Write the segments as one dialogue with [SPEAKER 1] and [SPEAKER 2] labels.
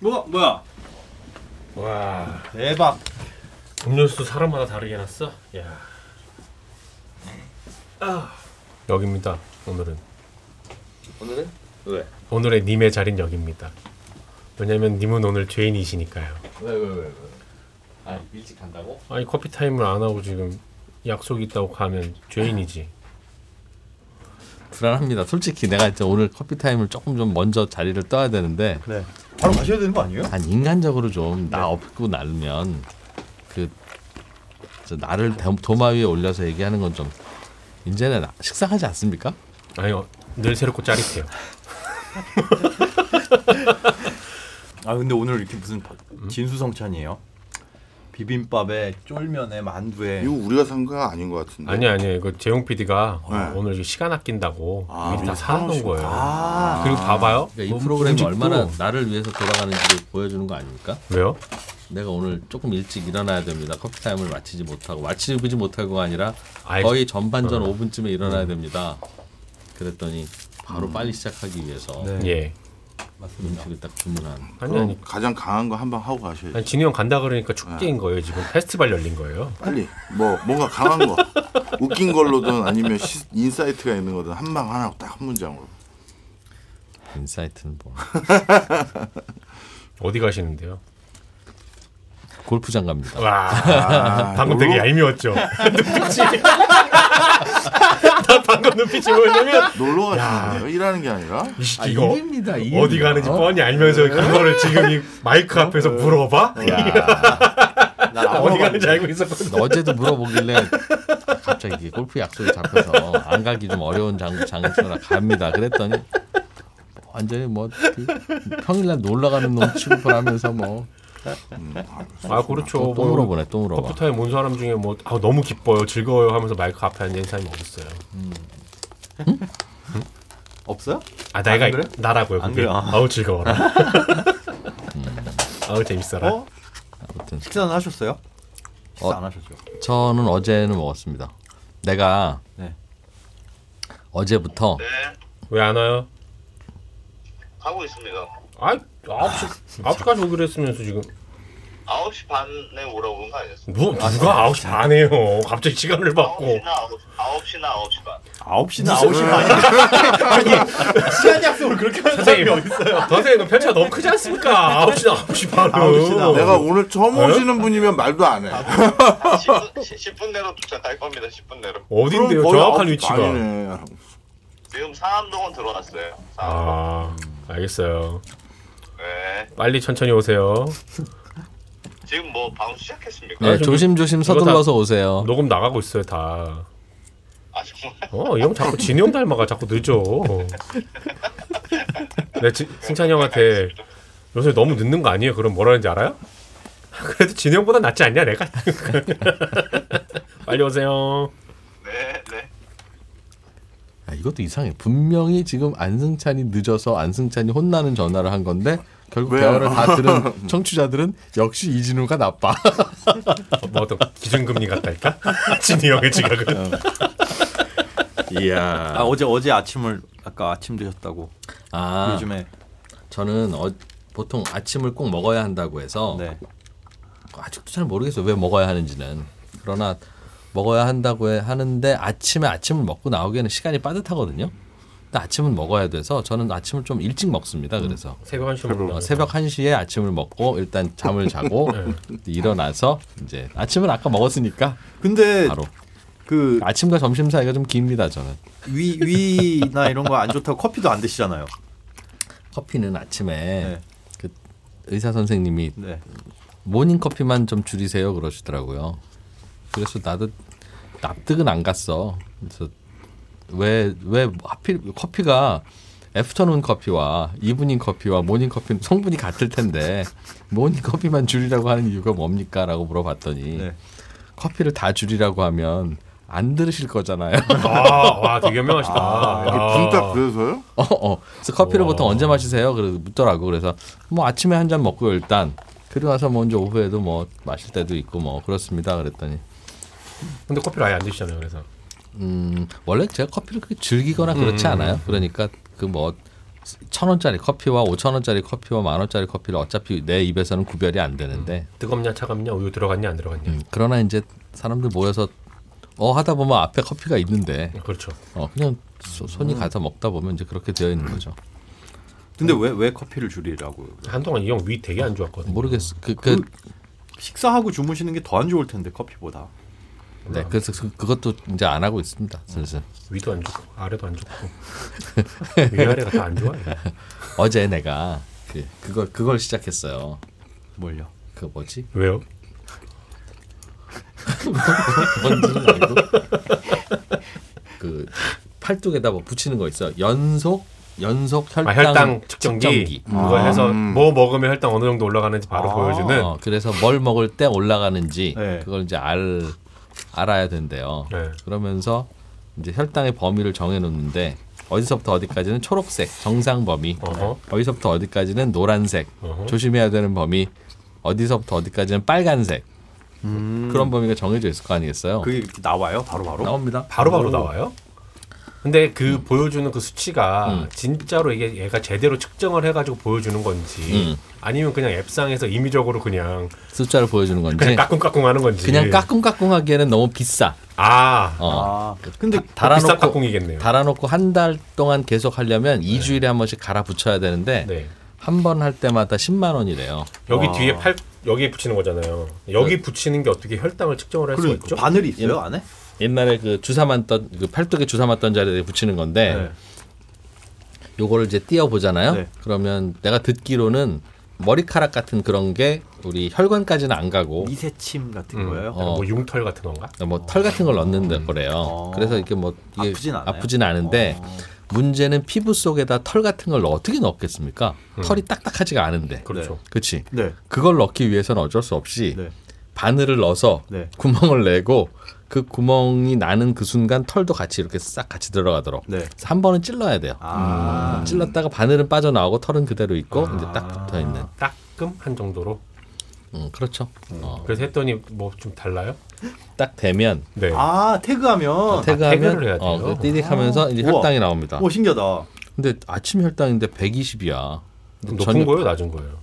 [SPEAKER 1] 뭐 뭐야?
[SPEAKER 2] 와
[SPEAKER 1] 대박.
[SPEAKER 2] 음료수 사람마다 다르게 해놨어. 야. 아. 여기입니다. 오늘은
[SPEAKER 1] 오늘은 왜?
[SPEAKER 2] 오늘의 님의 자리는 여기입니다. 왜냐면 님은 오늘 죄인이시니까요.
[SPEAKER 1] 왜 왜 왜 왜? 아 일찍 간다고?
[SPEAKER 2] 아니 커피 타임을 안 하고 지금 약속 있다고 가면 죄인이지.
[SPEAKER 3] 불안합니다. 솔직히 내가 이제 오늘 커피 타임을 조금 좀 먼저 자리를 떠야 되는데
[SPEAKER 1] 네. 바로 가셔야 되는 거 아니에요?
[SPEAKER 3] 한 인간적으로 좀
[SPEAKER 2] 네.
[SPEAKER 3] 나 업고 날면 그저 나를 도- 도마 위에 올려서 얘기하는 건 좀 이제는 식상하지 않습니까?
[SPEAKER 2] 아니 어, 늘 새롭고 짜릿해요.
[SPEAKER 1] 아 근데 오늘 이렇게 무슨 바- 진수성찬이에요? 음? 비빔밥에 쫄면에 만두에
[SPEAKER 4] 이거 우리가 산 거 아닌 것 같은데.
[SPEAKER 2] 네. 아니 아니요 이거 재용 PD가
[SPEAKER 4] 네.
[SPEAKER 2] 오늘 시간 아낀다고
[SPEAKER 4] 아,
[SPEAKER 2] 미리 다
[SPEAKER 4] 미리
[SPEAKER 2] 사놓은 거예요.
[SPEAKER 1] 아.
[SPEAKER 2] 그리고 봐봐요.
[SPEAKER 3] 그러니까 이
[SPEAKER 2] 너무
[SPEAKER 3] 프로그램이
[SPEAKER 2] 움직고.
[SPEAKER 3] 얼마나 나를 위해서 돌아가는지 보여주는 거 아닙니까?
[SPEAKER 2] 왜요?
[SPEAKER 3] 내가 오늘 조금 일찍 일어나야 됩니다. 커피 타임을 마치지 못하고 마치지 못하고가 아니라
[SPEAKER 2] 아이, 음.
[SPEAKER 3] 거의 전반전 5분쯤에 일어나야 됩니다. 그랬더니 바로 빨리 시작하기 위해서
[SPEAKER 1] 네.
[SPEAKER 2] 예.
[SPEAKER 3] 음식을 딱 주문한
[SPEAKER 2] 아니
[SPEAKER 4] 그럼
[SPEAKER 2] 아니.
[SPEAKER 4] 가장 강한 거 한 방 하고 가셔야지.
[SPEAKER 2] 아니 진우 형 간다 그러니까 축제인 거예요 지금 페스티벌 열린 거예요.
[SPEAKER 4] 빨리 뭐 뭔가 강한 거 웃긴 걸로든 아니면 시, 인사이트가 있는 거든 한 방 하나 딱 한 문장으로.
[SPEAKER 3] 인사이트는 뭐
[SPEAKER 2] 어디 가시는데요?
[SPEAKER 3] 골프장 갑니다.
[SPEAKER 2] 와
[SPEAKER 4] 아,
[SPEAKER 2] 방금
[SPEAKER 4] 뭘로?
[SPEAKER 2] 되게 얄미웠죠. 눈빛이. 나 방금 눈빛이 뭐냐면
[SPEAKER 4] 놀러 가시는 거예요? 일하는 게 아니라?
[SPEAKER 2] 이 새끼 이거
[SPEAKER 3] 일입니다,
[SPEAKER 2] 어디 가는지 뻔히 알면서 그거를 지금 이 마이크 앞에서 물어봐?
[SPEAKER 1] 난 안
[SPEAKER 2] 어디
[SPEAKER 1] 먹어봤는데.
[SPEAKER 2] 가는지 알고 있었거든.
[SPEAKER 3] 어제도 물어보길래 갑자기 이게 골프 약속이 잡혀서 안 가기 좀 어려운 장, 장소라 갑니다. 그랬더니 완전히 뭐그 평일날 놀러 가는 놈 취급을 하면서 뭐
[SPEAKER 2] 아 그렇죠.
[SPEAKER 3] 또 물어보네 또 물어봐.
[SPEAKER 2] 커프타임 온 사람 중에 뭐 아, 너무 기뻐요, 즐거워요 하면서 마이크 앞에 앉는 사람이 어딨어요?
[SPEAKER 1] 없어요?
[SPEAKER 2] 아 내가
[SPEAKER 1] 안 그래?
[SPEAKER 2] 나라고요.
[SPEAKER 1] 안
[SPEAKER 2] 그게.
[SPEAKER 1] 그래요? 아.
[SPEAKER 2] 아우 즐거워라. 아우 재밌어라.
[SPEAKER 1] 어?
[SPEAKER 3] 아무튼
[SPEAKER 1] 식사는 하셨어요? 식사
[SPEAKER 3] 어.
[SPEAKER 1] 안 하셨죠?
[SPEAKER 3] 저는 어제는 먹었습니다. 내가
[SPEAKER 1] 네.
[SPEAKER 3] 어제부터
[SPEAKER 5] 네,
[SPEAKER 2] 왜 안 와요?
[SPEAKER 5] 하고 있습니다.
[SPEAKER 2] 아 9시 9시까지 오기로 했으면서 지금
[SPEAKER 5] 9시 반에 오라고 한거 아니었어요?
[SPEAKER 2] 누, 누가 아, 9시 반에요? 갑자기 시간을
[SPEAKER 6] 어.
[SPEAKER 2] 받고
[SPEAKER 4] 어,
[SPEAKER 5] 9시나 9시, 9시나 9시 반.
[SPEAKER 1] 9시나 9시가 아니야. 아니, 시간 약속을 그렇게 하는 사람이 어디 있어요?
[SPEAKER 2] 선생님 너 편차 너무 크지 않습니까? 9시나 9시 반은
[SPEAKER 1] 9시나.
[SPEAKER 4] 내가 오늘 처음
[SPEAKER 2] 어?
[SPEAKER 4] 오시는 분이면 말도 안 해.
[SPEAKER 2] 아,
[SPEAKER 5] 10분, 10분 내로 도착할 겁니다. 10분 내로.
[SPEAKER 2] 어딘데요?
[SPEAKER 4] 거의
[SPEAKER 2] 정확한
[SPEAKER 4] 아홉
[SPEAKER 2] 위치가
[SPEAKER 4] 반이네.
[SPEAKER 5] 지금 상암동은 들어왔어요. 상암동.
[SPEAKER 2] 아 알겠어요
[SPEAKER 5] 네.
[SPEAKER 2] 빨리 천천히 오세요
[SPEAKER 5] 지금 뭐 방송 시작했습니까?
[SPEAKER 3] 네,
[SPEAKER 2] 아, 좀-
[SPEAKER 3] 조심조심
[SPEAKER 2] 이거 다-
[SPEAKER 3] 서둘러서 오세요.
[SPEAKER 2] 녹음 나가고 있어요 다
[SPEAKER 5] 아 정말.
[SPEAKER 2] 어, 이 형 자꾸 진우 형 닮아가 자꾸 늦어. 내가 지, 승찬이 형한테 요새 너무 늦는 거 아니에요? 그럼 뭐라는지 알아요? 그래도 진우 형보다 낫지 않냐 내가? 빨리 오세요.
[SPEAKER 5] 네, 네.
[SPEAKER 3] 야, 이것도 이상해. 분명히 지금 안승찬이 늦어서 안승찬이 혼나는 전화를 한 건데 결국
[SPEAKER 4] 왜요?
[SPEAKER 3] 대화를 다 들은 청취자들은 역시 이진우가 나빠.
[SPEAKER 2] 어, 뭐 어떤 기준금리 같달까? 진우 형의 지각은.
[SPEAKER 1] 아, 어제 어제 아침을 아까 아침 드셨다고. 그
[SPEAKER 3] 아,
[SPEAKER 1] 요즘에
[SPEAKER 3] 저는 어, 보통 아침을 꼭 먹어야 한다고 해서
[SPEAKER 1] 네.
[SPEAKER 3] 아직도 잘 모르겠어요. 왜 먹어야 하는지는. 그러나 먹어야 한다고 해- 하는데 아침에 아침을 먹고 나오기에는 시간이 빠듯하거든요. 근데 아침은 먹어야 돼서 저는 아침을 좀 일찍 먹습니다. 그래서
[SPEAKER 2] 새벽 1시에 먹나?
[SPEAKER 3] 어, 새벽 1시에 아침을 먹고 일단 잠을 자고 일어나서 이제 아침은 아까 먹었으니까
[SPEAKER 1] 근데
[SPEAKER 3] 바로
[SPEAKER 1] 그
[SPEAKER 3] 아침과 점심 사이가 좀 깁니다. 저는
[SPEAKER 1] 위 위나 이런 거 안 좋다고 커피도 안 드시잖아요.
[SPEAKER 3] 커피는 아침에
[SPEAKER 1] 네.
[SPEAKER 3] 그 의사 선생님이
[SPEAKER 1] 네.
[SPEAKER 3] 모닝 커피만 좀 줄이세요 그러시더라고요. 그래서 나도 납득은 안 갔어. 그래서 왜 왜 하필 커피가 애프터눈 커피와 이브닝 커피와 모닝 커피는 성분이 같을 텐데 모닝 커피만 줄이라고 하는 이유가 뭡니까라고 물어봤더니
[SPEAKER 1] 네.
[SPEAKER 3] 커피를 다 줄이라고 하면 안 들으실 거잖아요.
[SPEAKER 2] 아, 와, 되게 유명하시다.
[SPEAKER 4] 예.
[SPEAKER 2] 야.
[SPEAKER 4] 분딱 그래서요?
[SPEAKER 3] 어, 어. 그래서 커피를
[SPEAKER 2] 우와.
[SPEAKER 3] 보통 언제 마시세요? 그래 묻더라고. 그래서 뭐 아침에 한 잔 먹고요 일단. 그리고 나서 먼저 오후에도 뭐 마실 때도 있고 뭐 그렇습니다. 그랬더니
[SPEAKER 2] 근데 커피를 아예 안 드시잖아요. 그래서
[SPEAKER 3] 음 원래 제가 커피를 그렇게 즐기거나 그렇지 않아요. 그러니까 그 뭐 천 원짜리 커피와 오천 원짜리 커피와 만 원짜리 커피를 어차피 내 입에서는 구별이 안 되는데
[SPEAKER 2] 뜨겁냐 차갑냐 우유 들어갔냐 안 들어갔냐.
[SPEAKER 3] 음, 그러나 이제 사람들 모여서 어 하다 보면 앞에 커피가 있는데
[SPEAKER 2] 그렇죠.
[SPEAKER 3] 어 그냥 소- 손이 가서 먹다 보면 이제 그렇게 되어 있는 거죠.
[SPEAKER 7] 근데 왜 왜 커피를 줄이라고? 그래요?
[SPEAKER 2] 한동안 이 형 위 되게 안 좋았거든요.
[SPEAKER 3] 모르겠어. 그, 그,
[SPEAKER 7] 식사하고 주무시는 게 더 안 좋을 텐데 커피보다.
[SPEAKER 3] 네, 그래서 그, 그것도 이제 안 하고 있습니다. 슬슬.
[SPEAKER 2] 위도 안 좋고 아래도 안 좋고 위아래가 다 안 좋아요.
[SPEAKER 3] 어제 내가 그 그걸 그걸 시작했어요.
[SPEAKER 7] 뭘요?
[SPEAKER 3] 그 뭐지?
[SPEAKER 2] 왜요?
[SPEAKER 3] 뭔지는 알고. 그 팔뚝에다 뭐 붙이는 거 있어. 요 연속 연속 혈당,
[SPEAKER 2] 아 혈당 측정기, 그거 해서 뭐 먹으면 혈당 어느 정도 올라가는지 바로
[SPEAKER 7] 아.
[SPEAKER 2] 보여주는
[SPEAKER 3] 어, 그래서 뭘 먹을 때 올라가는지
[SPEAKER 7] 네.
[SPEAKER 3] 그걸 이제 알 알아야 된대요.
[SPEAKER 2] 네.
[SPEAKER 3] 그러면서 이제 혈당의 범위를 정해놓는데 어디서부터 어디까지는 초록색 정상 범위,
[SPEAKER 2] 어허.
[SPEAKER 3] 어디서부터 어디까지는 노란색
[SPEAKER 2] 어허.
[SPEAKER 3] 조심해야 되는 범위, 어디서부터 어디까지는 빨간색 그런 범위가 정해져 있을 거 아니겠어요?
[SPEAKER 7] 그게 이렇게 나와요? 바로 바로?
[SPEAKER 3] 나옵니다.
[SPEAKER 2] 바로바로 나와요. 근데 그 보여주는 그 수치가 진짜로 이게 얘가 제대로 측정을 해가지고 보여주는 건지
[SPEAKER 3] 음.
[SPEAKER 2] 아니면 그냥 앱상에서 임의적으로 그냥
[SPEAKER 3] 숫자를 보여주는 건지
[SPEAKER 2] 그냥 까꿍까꿍하는 건지
[SPEAKER 3] 그냥 까꿍까꿍하기에는 너무 비싸.
[SPEAKER 2] 아
[SPEAKER 3] 어.
[SPEAKER 7] 아, 근데
[SPEAKER 2] 비싼
[SPEAKER 3] 달아놓고
[SPEAKER 2] 까꿍이겠네요.
[SPEAKER 3] 달아놓고 한 달 동안 계속 하려면 이 2주일에 한 번씩 갈아 붙여야 되는데
[SPEAKER 2] 네.
[SPEAKER 3] 한 번 할 때마다 10만 원이래요.
[SPEAKER 2] 여기
[SPEAKER 7] 와.
[SPEAKER 2] 뒤에 팔 여기에 붙이는 거잖아요. 여기 붙이는 게 어떻게 혈당을 측정을 할 수가
[SPEAKER 7] 그러니까
[SPEAKER 2] 있죠?
[SPEAKER 7] 바늘이
[SPEAKER 3] 예.
[SPEAKER 7] 있어요 안에?
[SPEAKER 3] 옛날에 그 주사 맞던 그 팔뚝에 주사 맞던 자리에 붙이는 건데
[SPEAKER 2] 네.
[SPEAKER 3] 요거를 이제 띄어 보잖아요.
[SPEAKER 7] 네.
[SPEAKER 3] 그러면 내가 듣기로는 머리카락 같은 그런 게 우리 혈관까지는 안 가고
[SPEAKER 7] 미세침 같은
[SPEAKER 2] 음.
[SPEAKER 7] 거예요?
[SPEAKER 3] 어.
[SPEAKER 2] 뭐 융털 같은 건가?
[SPEAKER 3] 뭐 털 같은 걸 넣는다 그래요.
[SPEAKER 7] 어.
[SPEAKER 3] 그래서 이렇게 뭐 이게
[SPEAKER 7] 아프진 않아요? 어.
[SPEAKER 3] 아프진 않은데 문제는 피부 속에다 털 같은 걸 어떻게 넣겠습니까?
[SPEAKER 7] 음.
[SPEAKER 3] 털이 딱딱하지가 않은데.
[SPEAKER 2] 그렇죠.
[SPEAKER 3] 그렇지.
[SPEAKER 7] 네.
[SPEAKER 3] 그걸 넣기 위해서는 어쩔 수 없이
[SPEAKER 7] 네.
[SPEAKER 3] 바늘을 넣어서
[SPEAKER 7] 네.
[SPEAKER 3] 구멍을 내고 그 구멍이 나는 그 순간 털도 같이 이렇게 싹 같이 들어가도록
[SPEAKER 7] 네.
[SPEAKER 3] 그래서 한 번은 찔러야 돼요.
[SPEAKER 7] 아.
[SPEAKER 3] 찔렀다가 바늘은 빠져나오고 털은 그대로 있고 이제 딱 붙어 있는.
[SPEAKER 2] 따끔한 정도로.
[SPEAKER 3] 음, 그렇죠. 어,
[SPEAKER 2] 그래서 했더니 뭐 좀 달라요?
[SPEAKER 3] 딱 되면
[SPEAKER 2] 네.
[SPEAKER 7] 아 태그하면
[SPEAKER 3] 태그하면
[SPEAKER 2] 태그를 해야
[SPEAKER 3] 어,
[SPEAKER 2] 돼요?
[SPEAKER 3] 그 띠딕하면서 이제
[SPEAKER 7] 우와.
[SPEAKER 3] 혈당이 나옵니다.
[SPEAKER 7] 오 신기하다.
[SPEAKER 3] 근데 아침 혈당인데 120이야.
[SPEAKER 2] 그럼 높은 거예요, 낮은 거예요?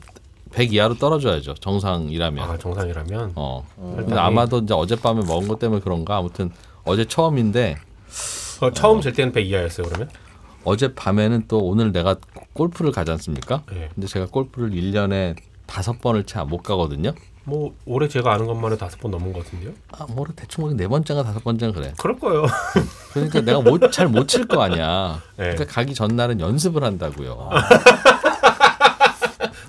[SPEAKER 3] 100 이하로 떨어져야죠. 정상이라면.
[SPEAKER 2] 아 정상이라면
[SPEAKER 3] 어. 근데 아마도 이제 어젯밤에 먹은 것 때문에 그런가 아무튼 어제 처음인데
[SPEAKER 2] 어, 처음 잴 때는 100 이하였어요 그러면?
[SPEAKER 3] 어젯밤에는 또 오늘 내가 골프를 가지 않습니까?
[SPEAKER 2] 예.
[SPEAKER 3] 근데 제가 골프를 1년에 다섯 번을 채 못 가거든요.
[SPEAKER 2] 뭐 올해 제가 아는 것만 해도 다섯 번 넘은 것 같은데요?
[SPEAKER 3] 아, 뭐래 대충 보기 네 번째가 다섯 번째가 그래.
[SPEAKER 2] 그럴 거예요.
[SPEAKER 3] 그러니까 내가 잘 못 칠 거 아니야.
[SPEAKER 2] 네.
[SPEAKER 3] 그러니까 가기 전날은 연습을 한다고요.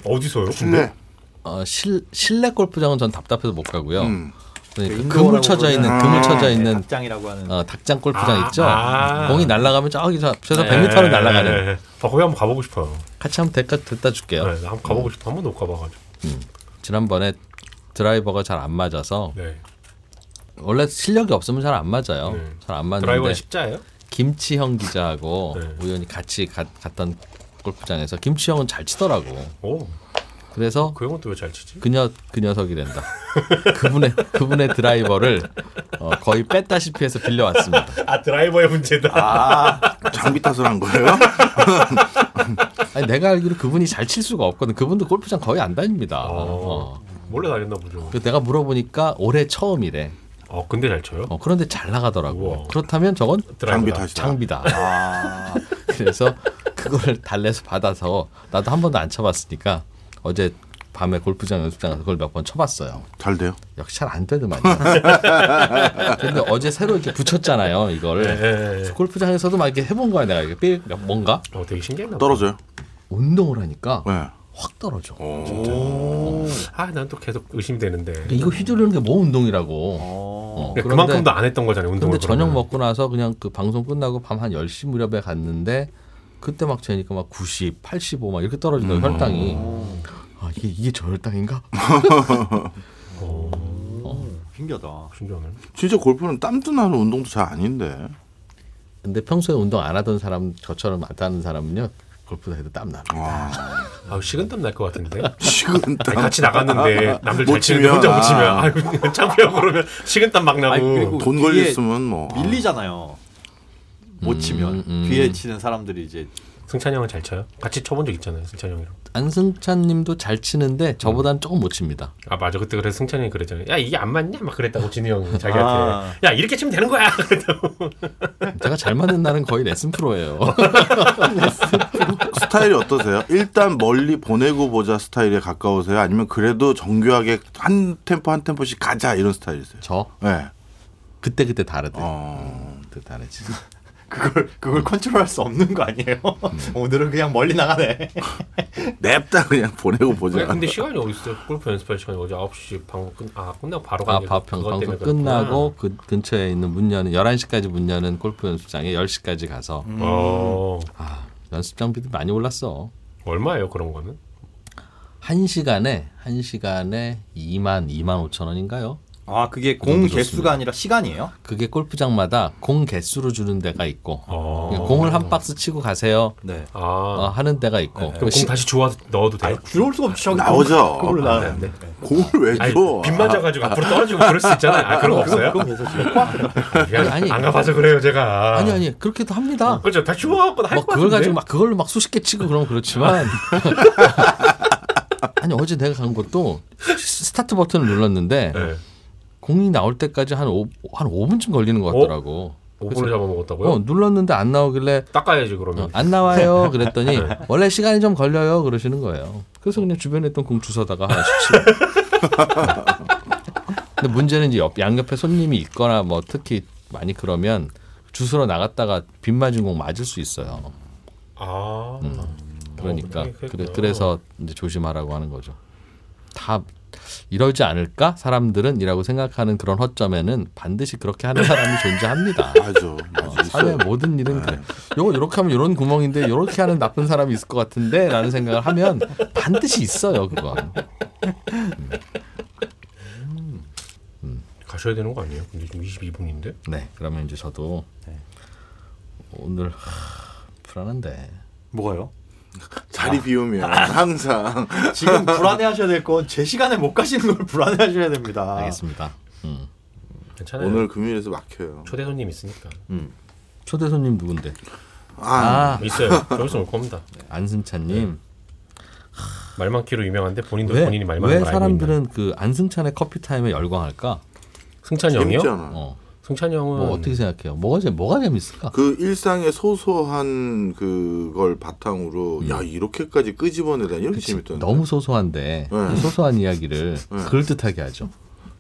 [SPEAKER 2] 어디서요?
[SPEAKER 4] 실례.
[SPEAKER 3] 어, 실, 실내 골프장은 전 답답해서 못 가고요.
[SPEAKER 4] 음.
[SPEAKER 3] 그러니까 그물 쳐져 있는
[SPEAKER 8] 아,
[SPEAKER 3] 그물 쳐져
[SPEAKER 8] 네,
[SPEAKER 3] 있는
[SPEAKER 7] 네, 닭장이라고 하는.
[SPEAKER 3] 어, 닭장 골프장
[SPEAKER 2] 아,
[SPEAKER 3] 있죠.
[SPEAKER 2] 아. 네.
[SPEAKER 3] 공이 날아가면 저기 저 저서 100m로 날아가는.
[SPEAKER 2] 예, 예. 아, 거기 한번 가보고 싶어요.
[SPEAKER 3] 같이 한번 대가 됐다 줄게요.
[SPEAKER 2] 네, 한번 가보고 싶어. 한 번도 못 가봐가지고.
[SPEAKER 3] 지난번에 드라이버가 잘 안 맞아서
[SPEAKER 2] 네.
[SPEAKER 3] 원래 실력이 없으면 잘 안 맞아요.
[SPEAKER 2] 네.
[SPEAKER 3] 잘 안 맞는데
[SPEAKER 2] 드라이버는 십자예요?
[SPEAKER 3] 김치형 기자하고
[SPEAKER 2] 네.
[SPEAKER 3] 우연히 같이 가- 갔던 골프장에서 김치형은 잘 치더라고.
[SPEAKER 2] 오,
[SPEAKER 3] 그래서
[SPEAKER 2] 그 형은 또 왜 잘 치지?
[SPEAKER 3] 그녀 그 녀석이 된다. 그분의 그분의 드라이버를 어, 거의 뺐다시피 해서 빌려왔습니다.
[SPEAKER 2] 아 드라이버의 문제다.
[SPEAKER 4] 장비 탓을 한 거예요?
[SPEAKER 3] 아니, 내가 알기로 그분이 잘 칠 수가 없거든. 그분도 골프장 거의 안 다닙니다.
[SPEAKER 2] 어.
[SPEAKER 3] 어.
[SPEAKER 2] 몰래 다녔나 보죠.
[SPEAKER 3] 그래서 내가 물어보니까 올해 처음이래.
[SPEAKER 2] 어, 근데 잘 쳐요?
[SPEAKER 3] 어, 그런데 잘 나가더라고.
[SPEAKER 2] 우와.
[SPEAKER 3] 그렇다면 저건 아,
[SPEAKER 4] 장비
[SPEAKER 2] 드라이버다. 아.
[SPEAKER 4] 탓이다.
[SPEAKER 3] 장비다. 그래서 그거를 달래서 받아서 나도 한 번도 안 쳐봤으니까 어제 밤에 골프장 연습장 가서 그걸 몇 번 쳐봤어요.
[SPEAKER 4] 잘 돼요.
[SPEAKER 3] 역시 잘 안 되더만요. 근데 어제 새로 이렇게 붙였잖아요, 이거를.
[SPEAKER 2] 예, 예.
[SPEAKER 3] 그래서 골프장에서도 막 이렇게 해본 거야, 내가. 이게 삐- 뭔가?
[SPEAKER 2] 어, 되게 신기했나 봐.
[SPEAKER 4] 떨어져요.
[SPEAKER 3] 운동을 하니까
[SPEAKER 4] 네.
[SPEAKER 3] 확 떨어져.
[SPEAKER 2] 아, 난 또 계속 의심되는데.
[SPEAKER 3] 그러니까 이거 휘두르는 게 뭐 운동이라고. 어,
[SPEAKER 2] 그만큼도안 했던 거잖아요, 운동을.
[SPEAKER 3] 근데 저녁
[SPEAKER 2] 그러면.
[SPEAKER 3] 먹고 나서 그냥 그 방송 끝나고 밤 한 10시 무렵에 갔는데 그때 막 재니까 막 90, 85 뭐막 이렇게 떨어지는 거 혈당이. 음. 아, 이게 이게 저 혈당인가? 아.
[SPEAKER 7] 신기하다.
[SPEAKER 2] 신기하네.
[SPEAKER 4] 진짜 골프는 땀도 나는 운동도 잘 아닌데.
[SPEAKER 3] 근데 평소에 운동 안 하던 사람 저처럼 많다는 사람은요. 골프도 해도 땀 나.
[SPEAKER 2] 아, 식은땀 날 것 같은데.
[SPEAKER 4] 식은땀.
[SPEAKER 2] 아니, 같이 나갔는데 남들
[SPEAKER 4] 못
[SPEAKER 2] 잘 치는데
[SPEAKER 4] 치면,
[SPEAKER 2] 혼자 못
[SPEAKER 4] 아.
[SPEAKER 2] 치면 아유 창피하고 그러면 식은땀 막 나고
[SPEAKER 7] 아니, 그리고
[SPEAKER 4] 돈
[SPEAKER 7] 뒤에
[SPEAKER 4] 걸렸으면 뭐.
[SPEAKER 3] 음,
[SPEAKER 7] 밀리잖아요. 못 치면 뒤에 치는 사람들이 이제
[SPEAKER 2] 승찬이 형은 잘 쳐요? 같이 쳐본 적 있잖아요, 승찬이 형이랑.
[SPEAKER 3] 안승찬님도 잘 치는데 저보다는 조금 못 칩니다.
[SPEAKER 2] 아 맞아, 그때 그래서 승찬이 형이 그랬잖아요. 야 이게 안 맞냐? 막 그랬다고 진우 형이 자기한테.
[SPEAKER 7] 아.
[SPEAKER 2] 야 이렇게 치면 되는 거야.
[SPEAKER 3] 제가 잘 맞는 날은 거의 레슨 프로예요.
[SPEAKER 4] 스타일이 어떠세요? 일단 멀리 보내고 보자 스타일에 가까우세요? 아니면 그래도 정교하게 한 템포 한 템포씩 가자 이런 스타일이세요?
[SPEAKER 3] 저
[SPEAKER 4] 네.
[SPEAKER 3] 그때 그때 다르대.
[SPEAKER 4] 어.
[SPEAKER 3] 그때 다르지.
[SPEAKER 7] 그걸 그걸 컨트롤할 수 없는 거 아니에요?
[SPEAKER 3] 음.
[SPEAKER 7] 오늘은 그냥 멀리 나가네.
[SPEAKER 4] 냅다 그냥 보내고 보자.
[SPEAKER 2] 아니, 근데 시간이 어디 있어요? 골프 연습할 시간이 어제 9시 방송 끝, 아 끝나고 바로
[SPEAKER 3] 아,
[SPEAKER 2] 가는 게
[SPEAKER 3] 밥평
[SPEAKER 2] 그것
[SPEAKER 3] 방송
[SPEAKER 2] 때문에 그렇구나.
[SPEAKER 3] 끝나고 그 근처에 있는 문 여는 11시까지 문 여는 골프 연습장에 10시까지 가서
[SPEAKER 2] 어
[SPEAKER 3] 아, 연습장비도 많이 올랐어.
[SPEAKER 2] 얼마예요 그런 거는?
[SPEAKER 3] 1시간에 1시간에 2만 2만 5천 원인가요?
[SPEAKER 7] 아 그게
[SPEAKER 3] 너무
[SPEAKER 7] 공
[SPEAKER 3] 좋습니다.
[SPEAKER 7] 개수가 아니라 시간이에요?
[SPEAKER 3] 그게 골프장마다 공 개수로 주는 데가 있고
[SPEAKER 2] 어.
[SPEAKER 3] 그냥 공을 한 박스 치고 가세요
[SPEAKER 7] 네.
[SPEAKER 2] 아
[SPEAKER 3] 어, 하는 데가 있고
[SPEAKER 2] 그럼 공
[SPEAKER 3] 시-
[SPEAKER 2] 네. 다시 주워 넣어도 돼요?
[SPEAKER 7] 들어올 수가 없지. 저기
[SPEAKER 4] 나오죠.
[SPEAKER 7] 그걸로 네. 나왔는데.
[SPEAKER 4] 공을 왜
[SPEAKER 2] 아니,
[SPEAKER 4] 줘?
[SPEAKER 2] 빗 맞아가지고 앞으로 떨어지고 그럴 수 있잖아요. 아, 그런 거 없어요?
[SPEAKER 7] 그건 괜찮지.
[SPEAKER 2] 그냥
[SPEAKER 3] 아니, 아니.
[SPEAKER 2] 안 가봐서 그래요, 제가.
[SPEAKER 3] 아니 아니 그렇게도 합니다.
[SPEAKER 2] 그렇죠. 다 주워갖고 할것
[SPEAKER 3] 막
[SPEAKER 2] 같은데.
[SPEAKER 3] 뭐 그걸 가지고 막 그걸로 막 수십 개 치고 그러면 그렇지만 아니 어제 내가 간 것도 스타트 버튼을 눌렀는데
[SPEAKER 2] 네.
[SPEAKER 3] 공이 나올 때까지 한, 오, 한 5분쯤 걸리는 것 같더라고.
[SPEAKER 2] 어? 오븐을 잡아먹었다고요?
[SPEAKER 3] 어, 눌렀는데 안 나오길래
[SPEAKER 2] 닦아야지
[SPEAKER 3] 어,
[SPEAKER 2] 그러면.
[SPEAKER 3] 안 나와요 그랬더니
[SPEAKER 2] 네.
[SPEAKER 3] 원래 시간이 좀 걸려요 그러시는 거예요. 그래서 그냥 주변에 있던 공 주워다가 하나씩 치 근데 문제는 이제 옆, 양옆에 손님이 있거나 뭐 특히 많이 그러면 주스러 나갔다가 빗 맞은 공 맞을 수 있어요.
[SPEAKER 2] 아.
[SPEAKER 3] 그러니까
[SPEAKER 2] 어, 그렇게
[SPEAKER 3] 그래,
[SPEAKER 2] 했구나.
[SPEAKER 3] 그래서 이제 조심하라고 하는 거죠. 다 이러지 않을까 사람들은이라고 생각하는 그런 허점에는 반드시 그렇게 하는 사람이 존재합니다.
[SPEAKER 4] 맞아. 맞아.
[SPEAKER 3] 사회
[SPEAKER 4] 있어요.
[SPEAKER 3] 모든 일은 그래. 요거 이렇게 하면 이런 구멍인데 이렇게 하는 나쁜 사람이 있을 것 같은데라는 생각을 하면 반드시 있어요 그건.
[SPEAKER 2] 가셔야 되는 거 아니에요? 근데 지금 22분인데.
[SPEAKER 3] 네 그러면 이제 저도 오늘 하, 불안한데
[SPEAKER 7] 뭐가요?
[SPEAKER 4] 자리 비우면 항상
[SPEAKER 7] 지금 불안해하셔야 될 건 제 시간에 못 가시는 걸 불안해하셔야
[SPEAKER 3] 아.
[SPEAKER 7] 됩니다.
[SPEAKER 3] 알겠습니다. 음.
[SPEAKER 2] 괜찮아요.
[SPEAKER 4] 오늘 금요일에서 막혀요.
[SPEAKER 2] 초대 손님 있으니까.
[SPEAKER 3] 초대 손님 누군데?
[SPEAKER 4] 아,
[SPEAKER 3] 아 네.
[SPEAKER 2] 있어요. 여기서 올 겁니다.
[SPEAKER 3] 안승찬님.
[SPEAKER 2] 말만키로 유명한데 본인도
[SPEAKER 3] 왜,
[SPEAKER 2] 본인이 말만
[SPEAKER 3] 왜
[SPEAKER 2] 걸 알고 있는.
[SPEAKER 3] 사람들은 그 안승찬의 커피 타임에 열광할까?
[SPEAKER 2] 승찬이 형이요?
[SPEAKER 4] 재밌잖아.
[SPEAKER 3] 어.
[SPEAKER 2] 승찬이 형은
[SPEAKER 3] 뭐 어떻게 생각해요? 뭐가 재 뭐가 재밌을까?
[SPEAKER 4] 그 일상의 소소한 그걸 바탕으로 야 이렇게까지 끄집어내다 이렇게
[SPEAKER 3] 그치?
[SPEAKER 4] 재밌던데.
[SPEAKER 3] 너무 소소한데
[SPEAKER 4] 네.
[SPEAKER 3] 이 소소한 이야기를 그럴듯하게 하죠.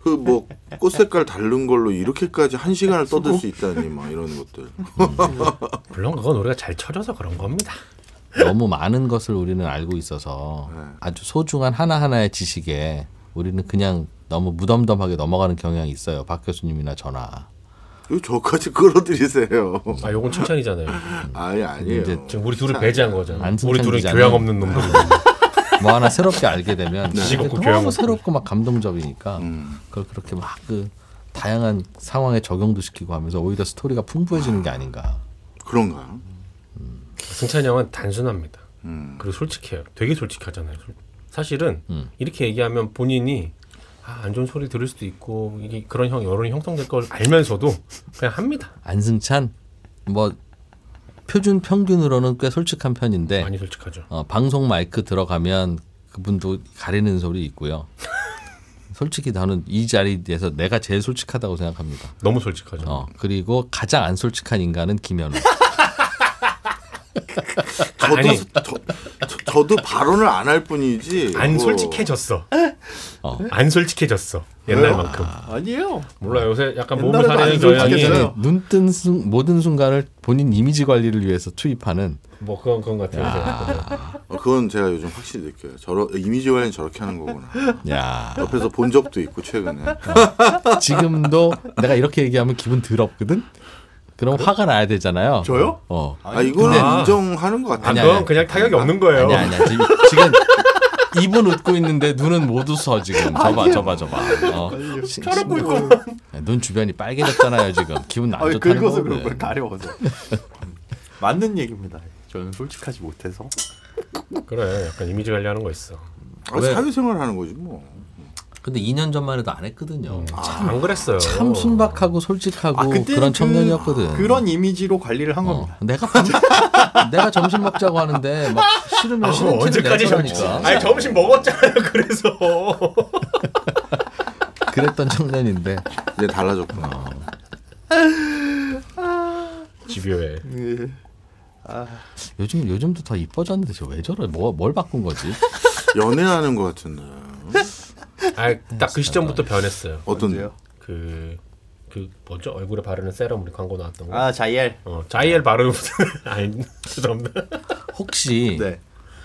[SPEAKER 4] 그 뭐 꽃 색깔 다른 걸로 이렇게까지 한 시간을 떠들 수 있다니 막 이런 것들.
[SPEAKER 2] 물론 그건 우리가 잘 쳐줘서 그런 겁니다.
[SPEAKER 3] 너무 많은 것을 우리는 알고 있어서 아주 소중한 하나하나의 지식에 우리는 그냥 너무 무덤덤하게 넘어가는 경향이 있어요. 박 교수님이나 저나.
[SPEAKER 4] 왜그 저까지 끌어들이세요?
[SPEAKER 2] 아, 요건 칭찬이잖아요.
[SPEAKER 4] 아니 아니에요.
[SPEAKER 3] 이제
[SPEAKER 2] 지금 우리 둘을 배제한 거잖아.
[SPEAKER 3] 안승찬
[SPEAKER 2] 우리 둘은
[SPEAKER 3] 기자는-
[SPEAKER 2] 교양 없는 놈들.
[SPEAKER 3] 뭐 하나 새롭게 알게 되면
[SPEAKER 2] 지식 없고
[SPEAKER 3] 너무
[SPEAKER 2] 교양 없고.
[SPEAKER 3] 새롭고 막 감동적이니까 그걸 그렇게 막 그 다양한 상황에 적용도 시키고 하면서 오히려 스토리가 풍부해지는 게 아닌가.
[SPEAKER 4] 그런가요?
[SPEAKER 2] 승찬이 형은 단순합니다.
[SPEAKER 7] 음.
[SPEAKER 2] 그리고 솔직해요. 되게 솔직하잖아요. 솔- 사실은
[SPEAKER 3] 음.
[SPEAKER 2] 이렇게 얘기하면 본인이 아, 안 좋은 소리 들을 수도 있고 이게 그런 형 여론이 형성될 걸 알면서도 그냥 합니다.
[SPEAKER 3] 안승찬 뭐 표준 평균으로는 꽤 솔직한 편인데
[SPEAKER 2] 많이 솔직하죠.
[SPEAKER 3] 어, 방송 마이크 들어가면 그분도 가리는 소리 있고요. 솔직히 나는 이 자리에서 내가 제일 솔직하다고 생각합니다.
[SPEAKER 2] 너무 솔직하죠.
[SPEAKER 3] 어, 그리고 가장 안 솔직한 인간은 김현우.
[SPEAKER 4] 저도
[SPEAKER 2] 아니.
[SPEAKER 4] 저, 저, 저도 발언을 안 할 뿐이지.
[SPEAKER 2] 안
[SPEAKER 4] 뭐
[SPEAKER 2] 솔직해졌어.
[SPEAKER 3] 어.
[SPEAKER 2] 안 솔직해졌어. 옛날만큼.
[SPEAKER 7] 아니에요.
[SPEAKER 2] 몰라요. 요새 약간 몸을
[SPEAKER 7] 옛날에도
[SPEAKER 2] 사리는
[SPEAKER 7] 안
[SPEAKER 2] 경향이
[SPEAKER 7] 솔직해져요.
[SPEAKER 3] 눈뜬 순- 모든 순간을 본인 이미지 관리를 위해서 투입하는
[SPEAKER 2] 뭐 그건 그건 같아요. 제가.
[SPEAKER 4] 어, 그건 제가 요즘 확실히 느껴요. 저러 이미지 관리는 저렇게 하는 거구나.
[SPEAKER 3] 야
[SPEAKER 4] 옆에서 본 적도 있고 최근에.
[SPEAKER 3] 지금도 내가 이렇게 얘기하면 기분 더럽거든. 그럼 화가 나야 되잖아요.
[SPEAKER 7] 저요?
[SPEAKER 3] 어.
[SPEAKER 4] 아 이거는
[SPEAKER 2] 근데-
[SPEAKER 4] 인정하는 것
[SPEAKER 2] 아,
[SPEAKER 4] 같아요.
[SPEAKER 3] 아니,
[SPEAKER 2] 그건
[SPEAKER 3] 아니.
[SPEAKER 2] 그냥 타격이 없는 거예요.
[SPEAKER 3] 아니야 아니야 지금, 지금 입은 웃고 있는데 눈은 모두 서 지금 저봐 저봐 저봐 어. 저러고 있고 네, 눈 주변이 빨개졌잖아요 지금 기분 안
[SPEAKER 7] 뭐. 아니
[SPEAKER 3] 좋다는 네.
[SPEAKER 7] 긁어서
[SPEAKER 3] 거
[SPEAKER 7] 그런 걸 가려워서. 맞는 얘기입니다. 저는 솔직하지 못해서.
[SPEAKER 2] 그래. 약간 이미지 관리하는 거 있어.
[SPEAKER 4] 아, 사회생활 하는 거지 뭐.
[SPEAKER 3] 근데 2년 전만 해도 안 했거든요.
[SPEAKER 2] 참 안 그랬어요.
[SPEAKER 3] 음. 아. 참 순박하고 솔직하고
[SPEAKER 7] 그때는
[SPEAKER 3] 뭐 그런
[SPEAKER 7] 그-
[SPEAKER 3] 청년이었거든.
[SPEAKER 7] 그런 이미지로 관리를 한
[SPEAKER 3] 어,
[SPEAKER 7] 겁니다.
[SPEAKER 3] 내가 밥- 내가 점심 먹자고 하는데 막 싫으면 싫은
[SPEAKER 2] 어,
[SPEAKER 3] 티를
[SPEAKER 2] 언제까지
[SPEAKER 3] 아, 내서
[SPEAKER 2] 점심?
[SPEAKER 3] 하니까
[SPEAKER 2] 아니 점심 먹었잖아요. 그래서
[SPEAKER 3] 그랬던 청년인데
[SPEAKER 4] 이제 달라졌구나.
[SPEAKER 2] 집요해.
[SPEAKER 3] 음.
[SPEAKER 7] 예.
[SPEAKER 3] 요즘 요즘도 더 이뻐졌는데 저 왜 저래? 뭐, 뭘 바꾼 거지?
[SPEAKER 4] 연애하는 것 같은데.
[SPEAKER 2] 아딱 그 시점부터 변했어요.
[SPEAKER 4] 어떤
[SPEAKER 7] 언제요?
[SPEAKER 2] 그, 그 뭐죠? 얼굴에 바르는 세럼 우리 광고 나왔던 거.
[SPEAKER 7] 아 자이엘.
[SPEAKER 2] 어, 자이엘 바르면서 아니 죄송합니다.
[SPEAKER 3] 혹시
[SPEAKER 7] 네.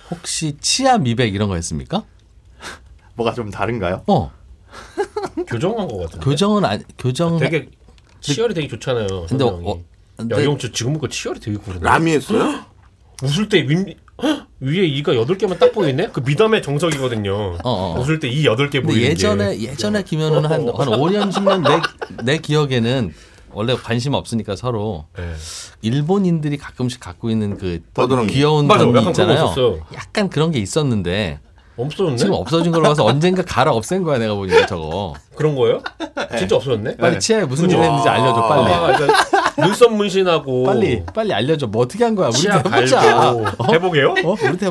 [SPEAKER 3] 혹시 치아 미백 이런 거 했습니까?
[SPEAKER 7] 뭐가 좀 다른가요?
[SPEAKER 3] 어
[SPEAKER 2] 교정한 거
[SPEAKER 7] 네.
[SPEAKER 2] 같은데.
[SPEAKER 3] 교정은 안 교정
[SPEAKER 2] 되게 치열이 되게 좋잖아요. 근데
[SPEAKER 3] 근데 어, 근데-
[SPEAKER 2] 야, 영주 지금 보니까 치열이 되게 구르네.
[SPEAKER 4] 라미 했어요?
[SPEAKER 2] 웃을 때 윗, 헉! 위에 이가 여덟 개만 딱 보이네. 그 미담의 정석이거든요.
[SPEAKER 3] 어.
[SPEAKER 2] 웃을 때 이 여덟 개
[SPEAKER 3] 근데
[SPEAKER 2] 보이는
[SPEAKER 3] 예전에
[SPEAKER 2] 게.
[SPEAKER 4] 어.
[SPEAKER 3] 예전에 김현우는 한한 5년 10년 내 내 기억에는 원래 관심 없으니까 서로
[SPEAKER 2] 예.
[SPEAKER 3] 일본인들이 가끔씩 갖고 있는 그
[SPEAKER 4] 떠드렁이.
[SPEAKER 3] 귀여운
[SPEAKER 2] 맞아,
[SPEAKER 3] 덩이
[SPEAKER 2] 약간 그런 거
[SPEAKER 3] 있잖아요.
[SPEAKER 2] 있었어요.
[SPEAKER 3] 약간 그런 게 있었는데
[SPEAKER 2] 없어졌네.
[SPEAKER 3] 지금 없어진 걸로 봐서 언젠가 갈아 없앤 거야 내가 보니까 저거.
[SPEAKER 2] 그런 거예요? 진짜 없어졌네.
[SPEAKER 3] 빨리 치아에 무슨 일 했는지 알려줘 빨리.
[SPEAKER 2] 아, 그러니까 눈썹 문신하고
[SPEAKER 3] 네. 빨리 빨리 알려줘. 뭐 어떻게 한 거야? 우리
[SPEAKER 2] 치아
[SPEAKER 3] 해보자.
[SPEAKER 2] 갈고 해보게요?
[SPEAKER 3] 어? 우리 대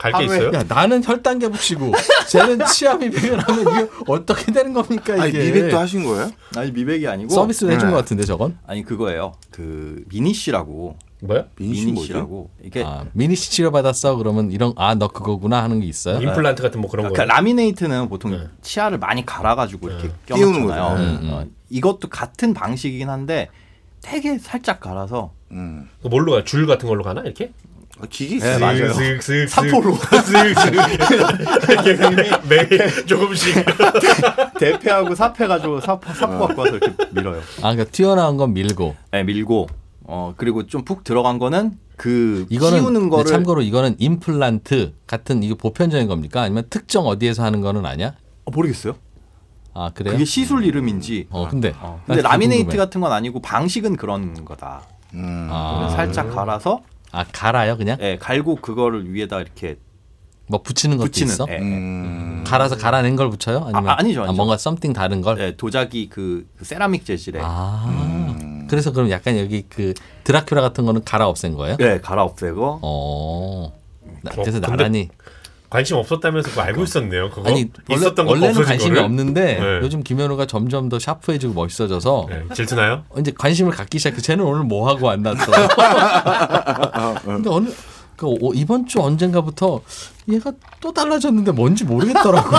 [SPEAKER 2] 갈 게 있어요?
[SPEAKER 3] 야 나는 혈당계 붙이고 쟤는 치아 미백을 하면 이게 어떻게 되는 겁니까 이게?
[SPEAKER 4] 아니 미백도 하신 거예요?
[SPEAKER 7] 아니 미백이 아니고
[SPEAKER 3] 서비스를 해준
[SPEAKER 4] 네.
[SPEAKER 3] 것 같은데 저건?
[SPEAKER 8] 아니 그거예요. 그 미니 씨라고
[SPEAKER 2] 뭐야?
[SPEAKER 4] 민신
[SPEAKER 8] 미니
[SPEAKER 4] 뭐지?
[SPEAKER 8] 씨라고 이게
[SPEAKER 3] 아, 미니 씨 치료 받았어 그러면 이런 아 너 그거구나 하는 게 있어요? 네.
[SPEAKER 2] 임플란트 같은 뭐 그런
[SPEAKER 8] 그러니까
[SPEAKER 2] 거.
[SPEAKER 8] 라미네이트는 보통 치아를 많이 갈아가지고 이렇게
[SPEAKER 4] 띄우는
[SPEAKER 8] 껴놓잖아요.
[SPEAKER 3] 거죠. 음,
[SPEAKER 8] 어, 이것도 같은 방식이긴 한데 되게 살짝 갈아서
[SPEAKER 4] 음.
[SPEAKER 2] 그 뭘로 가? 줄 같은 걸로 가나 이렇게?
[SPEAKER 4] 아, 기계
[SPEAKER 7] 네,
[SPEAKER 4] 있어요.
[SPEAKER 7] 맞아요.
[SPEAKER 2] 슥슥슥
[SPEAKER 7] 사포로.
[SPEAKER 2] 슥슥 이렇게 매일 조금씩
[SPEAKER 7] 대패하고 삽해 가지고 삽 사포 갖고 와서 이렇게 밀어요.
[SPEAKER 3] 아 그러니까 튀어나온 건 밀고
[SPEAKER 8] 어. 네, 밀고 어 그리고 좀 푹 들어간 거는 그
[SPEAKER 3] 이거는
[SPEAKER 8] 키우는
[SPEAKER 3] 근데
[SPEAKER 8] 거를
[SPEAKER 3] 참고로 이거는 임플란트 같은 이게 보편적인 겁니까? 아니면 특정 어디에서 하는 거는 아니야?
[SPEAKER 8] 어, 모르겠어요.
[SPEAKER 3] 아 그래요?
[SPEAKER 8] 그게 시술 이름인지.
[SPEAKER 3] 어 근데
[SPEAKER 8] 어,
[SPEAKER 3] 나
[SPEAKER 8] 근데
[SPEAKER 3] 그게
[SPEAKER 8] 라미네이트
[SPEAKER 3] 궁금해.
[SPEAKER 8] 같은 건 아니고 방식은 그런 거다.
[SPEAKER 4] 음.
[SPEAKER 3] 아,
[SPEAKER 8] 살짝 갈아서
[SPEAKER 3] 아 갈아요 그냥?
[SPEAKER 8] 예, 갈고 그거를 위에다 이렇게
[SPEAKER 3] 뭐 붙이는 것도
[SPEAKER 8] 붙이는
[SPEAKER 3] 있어?
[SPEAKER 8] 예, 예.
[SPEAKER 4] 음.
[SPEAKER 3] 갈아서 갈아낸 걸 붙여요? 아니면
[SPEAKER 8] 아, 아니죠, 아니죠.
[SPEAKER 3] 뭔가 썸띵 다른 걸?
[SPEAKER 8] 예, 도자기 그, 그 세라믹 재질에
[SPEAKER 3] 아
[SPEAKER 8] 네.
[SPEAKER 3] 그래서 그럼 약간 여기 그 드라큘라 같은 거는 갈아 없앤 거예요?
[SPEAKER 8] 예, 갈아 없애고
[SPEAKER 3] 어. 나- 그래서
[SPEAKER 2] 어, 근데
[SPEAKER 3] 나란히
[SPEAKER 2] 관심 없었다면서 그거 알고 있었네요. 그거
[SPEAKER 3] 아니 원래,
[SPEAKER 2] 있었던 거
[SPEAKER 3] 원래는
[SPEAKER 2] 없어진
[SPEAKER 3] 관심이
[SPEAKER 2] 거를?
[SPEAKER 3] 없는데
[SPEAKER 2] 네.
[SPEAKER 3] 요즘 김현우가 점점 더 샤프해지고 멋있어져서
[SPEAKER 2] 네, 질투나요?
[SPEAKER 3] 이제 관심을 갖기 시작해. 쟤는 오늘 뭐 하고 안 났어.
[SPEAKER 4] 아,
[SPEAKER 3] 근데 어느 그 오- 이번 주 언젠가부터 얘가 또 달라졌는데 뭔지 모르겠더라고.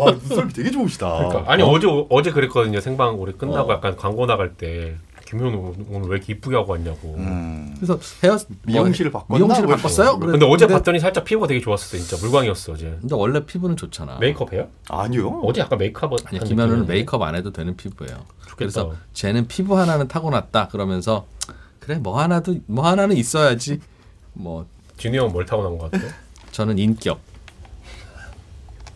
[SPEAKER 7] 와 눈썹이 되게 좋으시다.
[SPEAKER 2] 그러니까 아니 어제 어제 그랬거든요. 생방 우리 끝나고
[SPEAKER 3] 어.
[SPEAKER 2] 약간 광고 나갈 때 김현우 오늘 왜 이렇게 이쁘게 하고 왔냐고.
[SPEAKER 4] 음.
[SPEAKER 3] 그래서 헤어
[SPEAKER 7] 미용실을 바꿨나?
[SPEAKER 3] 미용실을
[SPEAKER 7] 뭐
[SPEAKER 3] 바꿨어요?
[SPEAKER 7] 이러더라고요.
[SPEAKER 2] 근데 어제 봤더니 살짝 피부가 되게 좋았었어. 진짜 물광이었어 어제.
[SPEAKER 3] 근데 원래 피부는 좋잖아.
[SPEAKER 2] 메이크업 해요?
[SPEAKER 7] 아니요.
[SPEAKER 2] 어제 약간 메이크업
[SPEAKER 3] 아니
[SPEAKER 2] 한
[SPEAKER 3] 김현우는
[SPEAKER 2] 느낌이었는데.
[SPEAKER 3] 메이크업 안 해도 되는 피부예요. 그래서
[SPEAKER 2] 좋겠다.
[SPEAKER 3] 쟤는 피부 하나는 타고났다 그러면서 그래 뭐 하나도 뭐 하나는 있어야지. 뭐
[SPEAKER 2] 준이 형뭘 타고 난 것 같아?
[SPEAKER 3] 저는 인격.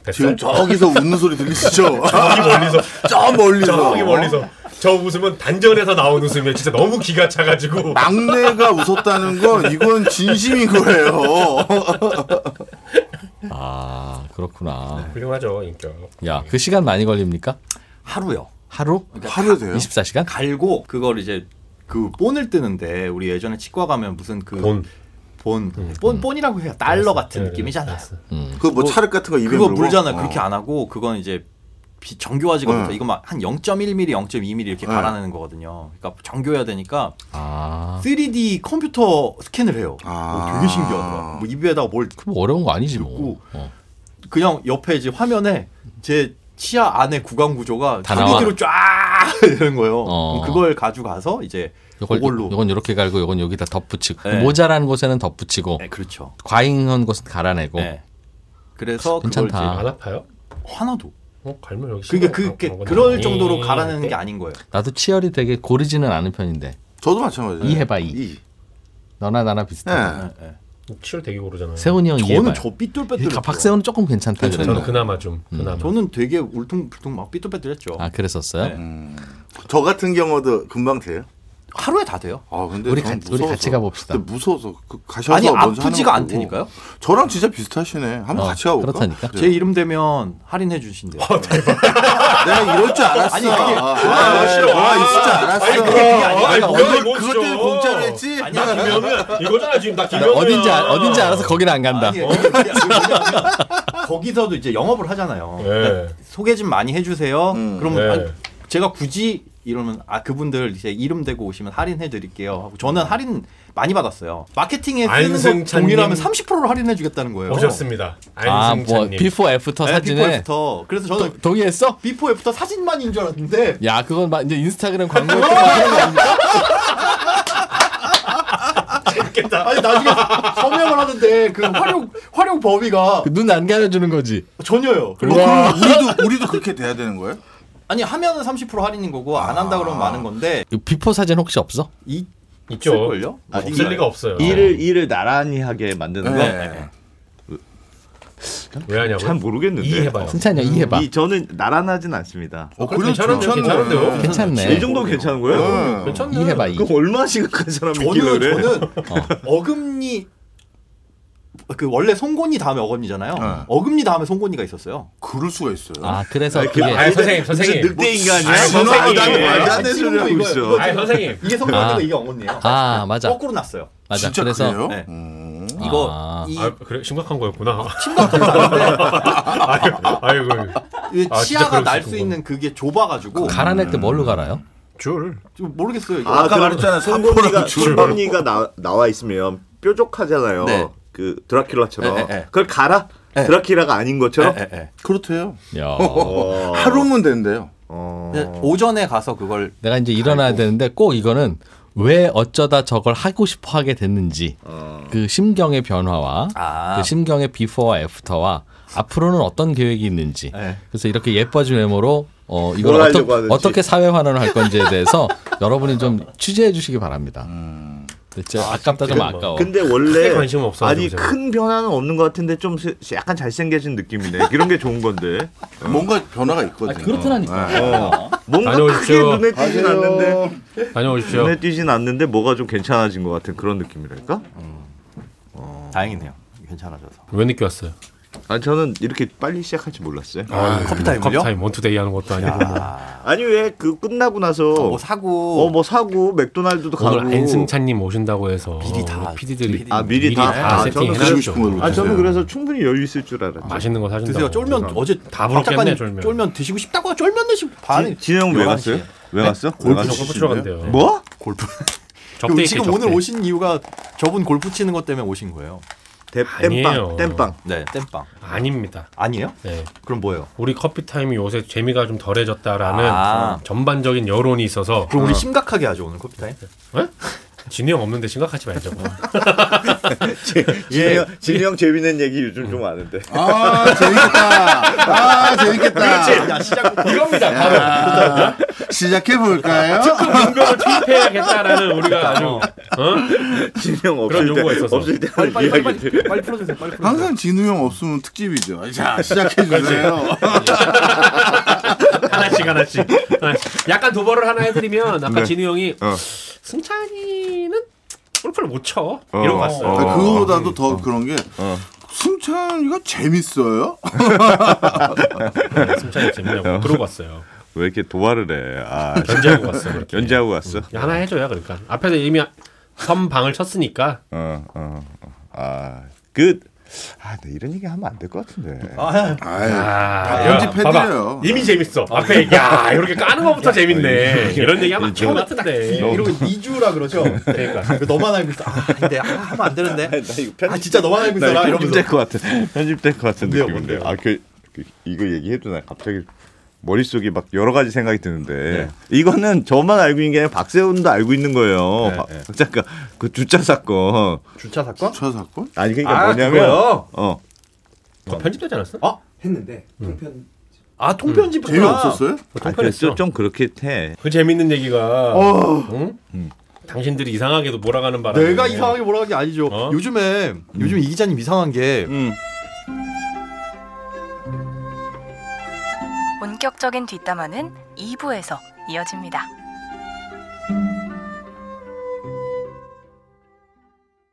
[SPEAKER 2] 뱃살?
[SPEAKER 4] 지금 저기서 웃는 소리 들리시죠? 저기 멀리서. 저 멀리서.
[SPEAKER 2] 저기 멀리서 저 웃음은 단전에서 나온 웃음이에요. 진짜 너무 기가 차가지고
[SPEAKER 4] 막내가 웃었다는 건 이건 진심인 거예요.
[SPEAKER 3] 아
[SPEAKER 2] 네.
[SPEAKER 3] 그렇구나.
[SPEAKER 2] 훌륭하죠 인격.
[SPEAKER 3] 야 그 시간 많이 걸립니까?
[SPEAKER 8] 하루요.
[SPEAKER 3] 하루?
[SPEAKER 4] 하루 돼요?
[SPEAKER 3] 24시간?
[SPEAKER 8] 갈고 그걸 이제 그 본을 뜨는데 우리 예전에 치과 가면 무슨 그
[SPEAKER 2] 본. 네,
[SPEAKER 8] 그본본 본, 본이라고 해요. 달러 같은 느낌이잖아요.
[SPEAKER 4] 그 뭐 차를 같은 거 입에
[SPEAKER 8] 그거
[SPEAKER 4] 물고?
[SPEAKER 8] 물잖아요.
[SPEAKER 4] 어.
[SPEAKER 8] 그렇게 안 하고 그건 이제 비- 정교화지거든요.
[SPEAKER 4] 네.
[SPEAKER 8] 이거 막 한 0.1mm, 0.2mm 이렇게
[SPEAKER 4] 네.
[SPEAKER 8] 갈아내는 거거든요. 그러니까 정교해야 되니까
[SPEAKER 3] 아
[SPEAKER 8] 3D 컴퓨터 스캔을 해요.
[SPEAKER 4] 아.
[SPEAKER 8] 어, 되게 신기하더라. 뭐 입에다가 뭘
[SPEAKER 3] 그럼 어려운 거 아니지 뭐.
[SPEAKER 8] 듣고
[SPEAKER 3] 어.
[SPEAKER 8] 그냥 옆에 이제 화면에 제 치아 안에 구강 구조가
[SPEAKER 3] 다
[SPEAKER 8] 3D로 쫙 이런 거예요.
[SPEAKER 3] 어.
[SPEAKER 8] 그럼 그걸 가져가서 이제
[SPEAKER 3] 요걸
[SPEAKER 8] 그걸로
[SPEAKER 3] 요건 이렇게 갈고 요건 여기다 덧붙이고
[SPEAKER 8] 네.
[SPEAKER 3] 모자란 곳에는 덧붙이고
[SPEAKER 8] 네,
[SPEAKER 3] 어.
[SPEAKER 8] 그렇죠.
[SPEAKER 3] 과잉한 곳은 갈아내고
[SPEAKER 8] 네. 그래서
[SPEAKER 3] 괜찮다.
[SPEAKER 8] 그걸
[SPEAKER 2] 안 아파요?
[SPEAKER 8] 이제 하나도
[SPEAKER 2] 어 예. 갈면 여기
[SPEAKER 8] 그게
[SPEAKER 2] 심하게
[SPEAKER 8] 그
[SPEAKER 2] 가- 가거든요.
[SPEAKER 8] 그럴 정도로
[SPEAKER 2] 이-
[SPEAKER 8] 갈아내는 게 아닌 거예요.
[SPEAKER 3] 나도 치열이 되게 고르지는 않은 편인데
[SPEAKER 4] 저도 마찬가지예요.
[SPEAKER 3] 이 해봐, 이. 어, 너나 나나
[SPEAKER 4] 예.
[SPEAKER 3] 비슷해.
[SPEAKER 2] 치열 되게 오르잖아요.
[SPEAKER 3] 세훈이 형 어, 이해봐.
[SPEAKER 8] 저는 저 삐뚤빼뚤.
[SPEAKER 3] 그러니까 박세훈은 조금 괜찮다. 그래도.
[SPEAKER 2] 저는 그나마 좀 그나마
[SPEAKER 8] 저는 되게 울퉁불퉁 막 삐뚤빼뚤했죠.
[SPEAKER 3] 아 그랬었어요?
[SPEAKER 8] 네.
[SPEAKER 4] 저 같은 경우도 금방 돼요.
[SPEAKER 8] 하루에 다 돼요.
[SPEAKER 4] 아 근데
[SPEAKER 3] 우리
[SPEAKER 4] 저는
[SPEAKER 3] 같이- 우리 같이 가봅시다.
[SPEAKER 4] 근데 무서워서 그 가셔서
[SPEAKER 8] 아니
[SPEAKER 4] 먼저
[SPEAKER 8] 아프지가
[SPEAKER 4] 하는 거고.
[SPEAKER 8] 않다니까요.
[SPEAKER 4] 저랑 진짜 비슷하시네. 한번
[SPEAKER 3] 어,
[SPEAKER 4] 같이 가볼까?
[SPEAKER 3] 그렇다니까.
[SPEAKER 4] 네.
[SPEAKER 8] 제 이름 되면 할인해 주신대요.
[SPEAKER 4] 내가 이럴 줄 알았어. 아니 그게 아,
[SPEAKER 1] 싫어.
[SPEAKER 4] 아, 있을 줄 알았어. 아니,
[SPEAKER 1] 아니,
[SPEAKER 4] 오늘
[SPEAKER 1] 뭐야,
[SPEAKER 4] 그것 때문에
[SPEAKER 1] 이거.
[SPEAKER 4] 공짜로 했지. 어,
[SPEAKER 1] 아니 나 김현우 이거잖아 지금 나 김현우야.
[SPEAKER 3] 어딘지 알- 어딘지 알아서 거기는 안 간다.
[SPEAKER 2] 예.
[SPEAKER 8] 아니, 그게 뭐냐면 거기서도 이제 영업을 하잖아요.
[SPEAKER 2] 예.
[SPEAKER 8] 그러니까 소개 좀 많이 해주세요.
[SPEAKER 4] 음.
[SPEAKER 8] 그러면
[SPEAKER 2] 네.
[SPEAKER 8] 아니, 제가 굳이 이러면 아 그분들 이제 이름 대고 오시면 할인해 드릴게요. 하고 저는 할인 많이 받았어요. 마케팅에 쓰는 거
[SPEAKER 2] 음. 안승찬님.
[SPEAKER 8] 동일하면 30%를 할인해 주겠다는 거예요.
[SPEAKER 2] 어, 오셨습니다.
[SPEAKER 3] 아뭐
[SPEAKER 2] 안승찬님.
[SPEAKER 3] 비포 애프터
[SPEAKER 8] 네,
[SPEAKER 3] 사진에
[SPEAKER 8] 비포애프터. 그래서 저는
[SPEAKER 3] 도- 동의했어?
[SPEAKER 8] 비포 애프터 사진만인 줄 알았는데
[SPEAKER 3] 야 그건 막 이제 인스타그램 광고 그런 거 아닙니까?
[SPEAKER 8] 아니 나중에 서명을 하는데 그 활용 활용 범위가
[SPEAKER 3] 그 눈 안 가려주는 거지.
[SPEAKER 8] 전혀요.
[SPEAKER 4] 뭐, 그럼 우리도 우리도 그렇게 돼야 되는 거예요?
[SPEAKER 8] 아니 하면은 30% 할인인 거고 안 한다 그러면
[SPEAKER 2] 아.
[SPEAKER 8] 많은 건데
[SPEAKER 3] 이 비포 사진 혹시 없어?
[SPEAKER 8] 이
[SPEAKER 2] 있죠.
[SPEAKER 8] 있을걸요?
[SPEAKER 2] 없을 리가 없어요. 네.
[SPEAKER 6] 일을 일을 나란히 하게 만드는 거.
[SPEAKER 2] 왜 하냐고?
[SPEAKER 6] 잘 모르겠는데. 어.
[SPEAKER 2] 이 해봐요.
[SPEAKER 3] 승찬이야 이해봐.
[SPEAKER 6] 이 저는 나란하진 않습니다.
[SPEAKER 4] 어,
[SPEAKER 2] 그래도 괜찮은데,
[SPEAKER 4] 괜찮네.
[SPEAKER 2] 괜찮은데요?
[SPEAKER 3] 괜찮네.
[SPEAKER 6] 이 정도 괜찮은 거예요?
[SPEAKER 4] 네.
[SPEAKER 2] 괜찮네.
[SPEAKER 3] 이해봐 이.
[SPEAKER 6] 어, 그럼 얼마 시간까지 사람
[SPEAKER 8] 저는
[SPEAKER 6] 믿길래 그래?
[SPEAKER 8] 저는 어금니 그 원래 송곳니 다음에 어금니잖아요. 어금니 다음에 송곳니가 있었어요.
[SPEAKER 4] 그럴 수가 있어요.
[SPEAKER 3] 아 그래서 그게
[SPEAKER 2] 아 선생님 선생님.
[SPEAKER 4] 뭐
[SPEAKER 6] 늑대 인간이야?
[SPEAKER 4] 아니,
[SPEAKER 6] 저는
[SPEAKER 4] 선생님.
[SPEAKER 6] 말도 안 돼, 말도 안 되는
[SPEAKER 8] 지금
[SPEAKER 6] 소리 하고
[SPEAKER 8] 이거-
[SPEAKER 6] 있어.
[SPEAKER 8] 이거
[SPEAKER 2] 아 선생님.
[SPEAKER 8] 이게 송곳니고
[SPEAKER 3] 아.
[SPEAKER 8] 이게 어금니예요.
[SPEAKER 3] 아 맞아
[SPEAKER 8] 거꾸로 났어요.
[SPEAKER 3] 맞아.
[SPEAKER 4] 진짜
[SPEAKER 3] 그래서
[SPEAKER 4] 그래요?
[SPEAKER 8] 네.
[SPEAKER 4] 음.
[SPEAKER 8] 이거
[SPEAKER 3] 아.
[SPEAKER 8] 이
[SPEAKER 2] 아 그래 심각한 거였구나. 심각한 거 아니고. 아이고
[SPEAKER 8] 이
[SPEAKER 2] 아, 진짜
[SPEAKER 8] 치아가
[SPEAKER 2] 그럴
[SPEAKER 8] 날
[SPEAKER 2] 수
[SPEAKER 8] 수
[SPEAKER 2] 있구나.
[SPEAKER 8] 있는 그게 좁아가지고
[SPEAKER 3] 갈아낼 때 뭘로 갈아요?
[SPEAKER 2] 줄.
[SPEAKER 8] 좀 모르겠어요. 이거
[SPEAKER 6] 아,
[SPEAKER 4] 아까
[SPEAKER 6] 그럼
[SPEAKER 4] 말했잖아,
[SPEAKER 6] 송곳니가
[SPEAKER 4] 사포랑 줄을.
[SPEAKER 6] 송곳니가 나 나와 있으면 뾰족하잖아요.
[SPEAKER 8] 네.
[SPEAKER 6] 그 드라큘라처럼
[SPEAKER 8] 에, 에, 에.
[SPEAKER 6] 그걸 갈아 드라큘라가 아닌 것처럼
[SPEAKER 8] 예, 예.
[SPEAKER 4] 그렇대요.
[SPEAKER 3] 야.
[SPEAKER 6] 어.
[SPEAKER 4] 하루면 된대요.
[SPEAKER 6] 어.
[SPEAKER 8] 근데 네, 오전에 가서 그걸
[SPEAKER 3] 내가 이제 일어나야 되는데 꼭 이거는 왜 어쩌다 저걸 하고 싶어 하게 됐는지 그 심경의 변화와
[SPEAKER 8] 아.
[SPEAKER 3] 그 심경의 비포와 애프터와 앞으로는 어떤 계획이 있는지
[SPEAKER 8] 네.
[SPEAKER 3] 그래서 이렇게 예뻐진 외모로 어 이걸
[SPEAKER 6] 뭘
[SPEAKER 3] 어떠,
[SPEAKER 6] 하려고 하는지.
[SPEAKER 3] 어떻게 사회 환원을 할 건지에 대해서 여러분이 좀 취재해 주시기 바랍니다. 진짜 아깝다
[SPEAKER 2] 그건
[SPEAKER 3] 좀
[SPEAKER 2] 뭐.
[SPEAKER 3] 아까워.
[SPEAKER 6] 어. 근데
[SPEAKER 2] 크게
[SPEAKER 6] 원래
[SPEAKER 2] 관심은 없어가지고
[SPEAKER 6] 아니
[SPEAKER 2] 제가.
[SPEAKER 6] 큰 변화는 없는 것 같은데 좀 세- 약간 잘생겨진 느낌이네. 이런 게 좋은 건데
[SPEAKER 4] 뭔가 변화가 있거든.
[SPEAKER 3] 아, 그렇더라니까.
[SPEAKER 6] 뭔가 크게
[SPEAKER 2] 다녀오십시오.
[SPEAKER 6] 눈에 띄진 않는데
[SPEAKER 2] 다녀오십시오.
[SPEAKER 8] 네.
[SPEAKER 6] 눈에 띄진 않는데 뭐가 좀 괜찮아진 것 같은 그런 느낌이랄까? 그
[SPEAKER 8] 다행이네요. 괜찮아져서
[SPEAKER 2] 왜 늦게 왔어요?
[SPEAKER 6] 아니 저는 이렇게 빨리 시작할 줄 몰랐어요.
[SPEAKER 8] 아,
[SPEAKER 2] 아.
[SPEAKER 8] 커피 타임을요?
[SPEAKER 2] 컵타임 원투데이 하는 것도 아니고 뭐.
[SPEAKER 6] 아니 왜 그 끝나고 나서
[SPEAKER 8] 뭐 사고
[SPEAKER 6] 어 뭐 사고 맥도날드도 가고
[SPEAKER 2] 오늘 안승찬님 오신다고 해서
[SPEAKER 8] 미리 다
[SPEAKER 2] PD들이
[SPEAKER 6] 아 미리, 다,
[SPEAKER 2] 다
[SPEAKER 6] 아,
[SPEAKER 2] 세팅해놨죠.
[SPEAKER 6] 저는 그래서,
[SPEAKER 4] 드시고 싶은 걸로
[SPEAKER 6] 아 저는
[SPEAKER 4] 드세요.
[SPEAKER 6] 그래서 충분히 여유 있을 줄 알았죠.
[SPEAKER 2] 맛있는 거 사준다고.
[SPEAKER 8] 드세요. 쫄면 어제
[SPEAKER 2] 다
[SPEAKER 8] 박 작가님
[SPEAKER 2] 부럽겠네 쫄면.
[SPEAKER 8] 쫄면 드시고 싶다고 쫄면 드시고 반이
[SPEAKER 6] 진영
[SPEAKER 8] 11시
[SPEAKER 6] 왜
[SPEAKER 8] 에.
[SPEAKER 6] 갔어요? 네? 왜 갔어? 왜
[SPEAKER 2] 골프
[SPEAKER 6] 갔어?
[SPEAKER 2] 골프 치러 간대요.
[SPEAKER 6] 뭐?
[SPEAKER 2] 적대
[SPEAKER 8] 지금
[SPEAKER 2] 있겠죠,
[SPEAKER 8] 오늘
[SPEAKER 2] 적대.
[SPEAKER 8] 오신 이유가 저분 골프 치는 것 때문에 오신 거예요.
[SPEAKER 6] 대,
[SPEAKER 2] 아니에요.
[SPEAKER 6] 땜빵 땜빵.
[SPEAKER 8] 네, 땜빵.
[SPEAKER 2] 아닙니다.
[SPEAKER 8] 아니에요?
[SPEAKER 2] 네.
[SPEAKER 8] 그럼 뭐예요?
[SPEAKER 2] 우리 커피 타임이 요새 재미가 좀 덜해졌다라는
[SPEAKER 8] 아.
[SPEAKER 2] 전반적인 여론이 있어서
[SPEAKER 8] 그럼 우리 심각하게 하죠 오늘 커피 타임.
[SPEAKER 2] 에? 진우 형 없는데 심각하지 말자고.
[SPEAKER 6] 진영 진영 재밌는 얘기 요즘 좀 아는데.
[SPEAKER 4] 아 재밌겠다. 아 재밌겠다.
[SPEAKER 2] 이겁니다.
[SPEAKER 4] 야, 시작해 볼까요?
[SPEAKER 2] 공격을 투입해야겠다라는 우리가 아주 어?
[SPEAKER 6] 진영
[SPEAKER 2] 그런
[SPEAKER 6] 없을 때
[SPEAKER 2] 요구가 있어서.
[SPEAKER 6] 없을 때 하는 이야기들.
[SPEAKER 8] 빨리 풀어주세요. 빨리 풀어주세요.
[SPEAKER 4] 항상 진우 형 없으면 특집이죠. 자 시작해 주세요. 어.
[SPEAKER 2] 하나씩 하나씩. 하나씩. 약간 도발을 하나 해드리면 아까
[SPEAKER 6] 네.
[SPEAKER 2] 진우 형이
[SPEAKER 6] 어.
[SPEAKER 2] 승찬이는 골프를 못 쳐.
[SPEAKER 6] 어,
[SPEAKER 2] 이런 거 왔어요.
[SPEAKER 6] 어.
[SPEAKER 4] 아, 그거보다도 더 그런 게 승찬이가 재밌어요.
[SPEAKER 2] 승찬이 재밌냐고 그러고 왔어요.
[SPEAKER 6] 왜 이렇게 도발을 해? 아,
[SPEAKER 2] 견제하고 왔어요. 이렇게.
[SPEAKER 6] 연재하고 왔어.
[SPEAKER 2] 하나 해줘야 그러니까 앞에서 이미 선방을 쳤으니까
[SPEAKER 6] 어, 어, 어. 아, 그 아, 근데 이런 얘기 하면 안 될 것 같은데.
[SPEAKER 4] 아,
[SPEAKER 2] 아,
[SPEAKER 4] 편집해드려요.
[SPEAKER 2] 봐봐. 이미 재밌어. 앞에 야 이렇게 까는 것부터 재밌네. 이런 얘기 하면 처음 같은데.
[SPEAKER 8] 이러고 2주라 그러죠.
[SPEAKER 2] 네. 그러니까
[SPEAKER 8] 너만 알고 있어. 아, 근데 아, 하면 안 되는데.
[SPEAKER 6] 나 이거
[SPEAKER 8] 아 진짜 너만 알고 있어라 이러면서.
[SPEAKER 6] 네, 편집될 것 같은 편집될 것 같은
[SPEAKER 8] 뭔데요,
[SPEAKER 6] 느낌인데.
[SPEAKER 8] 뭔데요?
[SPEAKER 6] 아, 그, 그 이거 얘기해도 나 갑자기 머릿속이 막 여러 가지 생각이 드는데 이거는 저만 알고 있는 게 아니라 박세훈도 알고 있는 거예요. 박, 박 작가 그 주차 사건.
[SPEAKER 8] 주차 사건?
[SPEAKER 4] 차 사건?
[SPEAKER 6] 아니 그러니까 뭐냐면
[SPEAKER 8] 그거요?
[SPEAKER 6] 어.
[SPEAKER 2] 그거 편집되지 않았어?
[SPEAKER 1] 아, 했는데 불편
[SPEAKER 8] 아 통편집
[SPEAKER 4] 재미 없었어요?
[SPEAKER 2] 편했어.
[SPEAKER 6] 아니, 그래서 좀 그렇게 해.
[SPEAKER 2] 그 재밌는 얘기가 응? 당신들이 이상하게도 몰아가는 바람에
[SPEAKER 8] 어. 내가 이상하게 뭐라 하게 아니죠.
[SPEAKER 2] 어?
[SPEAKER 8] 요즘에 요즘 이 기자님 이상한 게
[SPEAKER 9] 본격적인 뒷담화는 2부에서 이어집니다.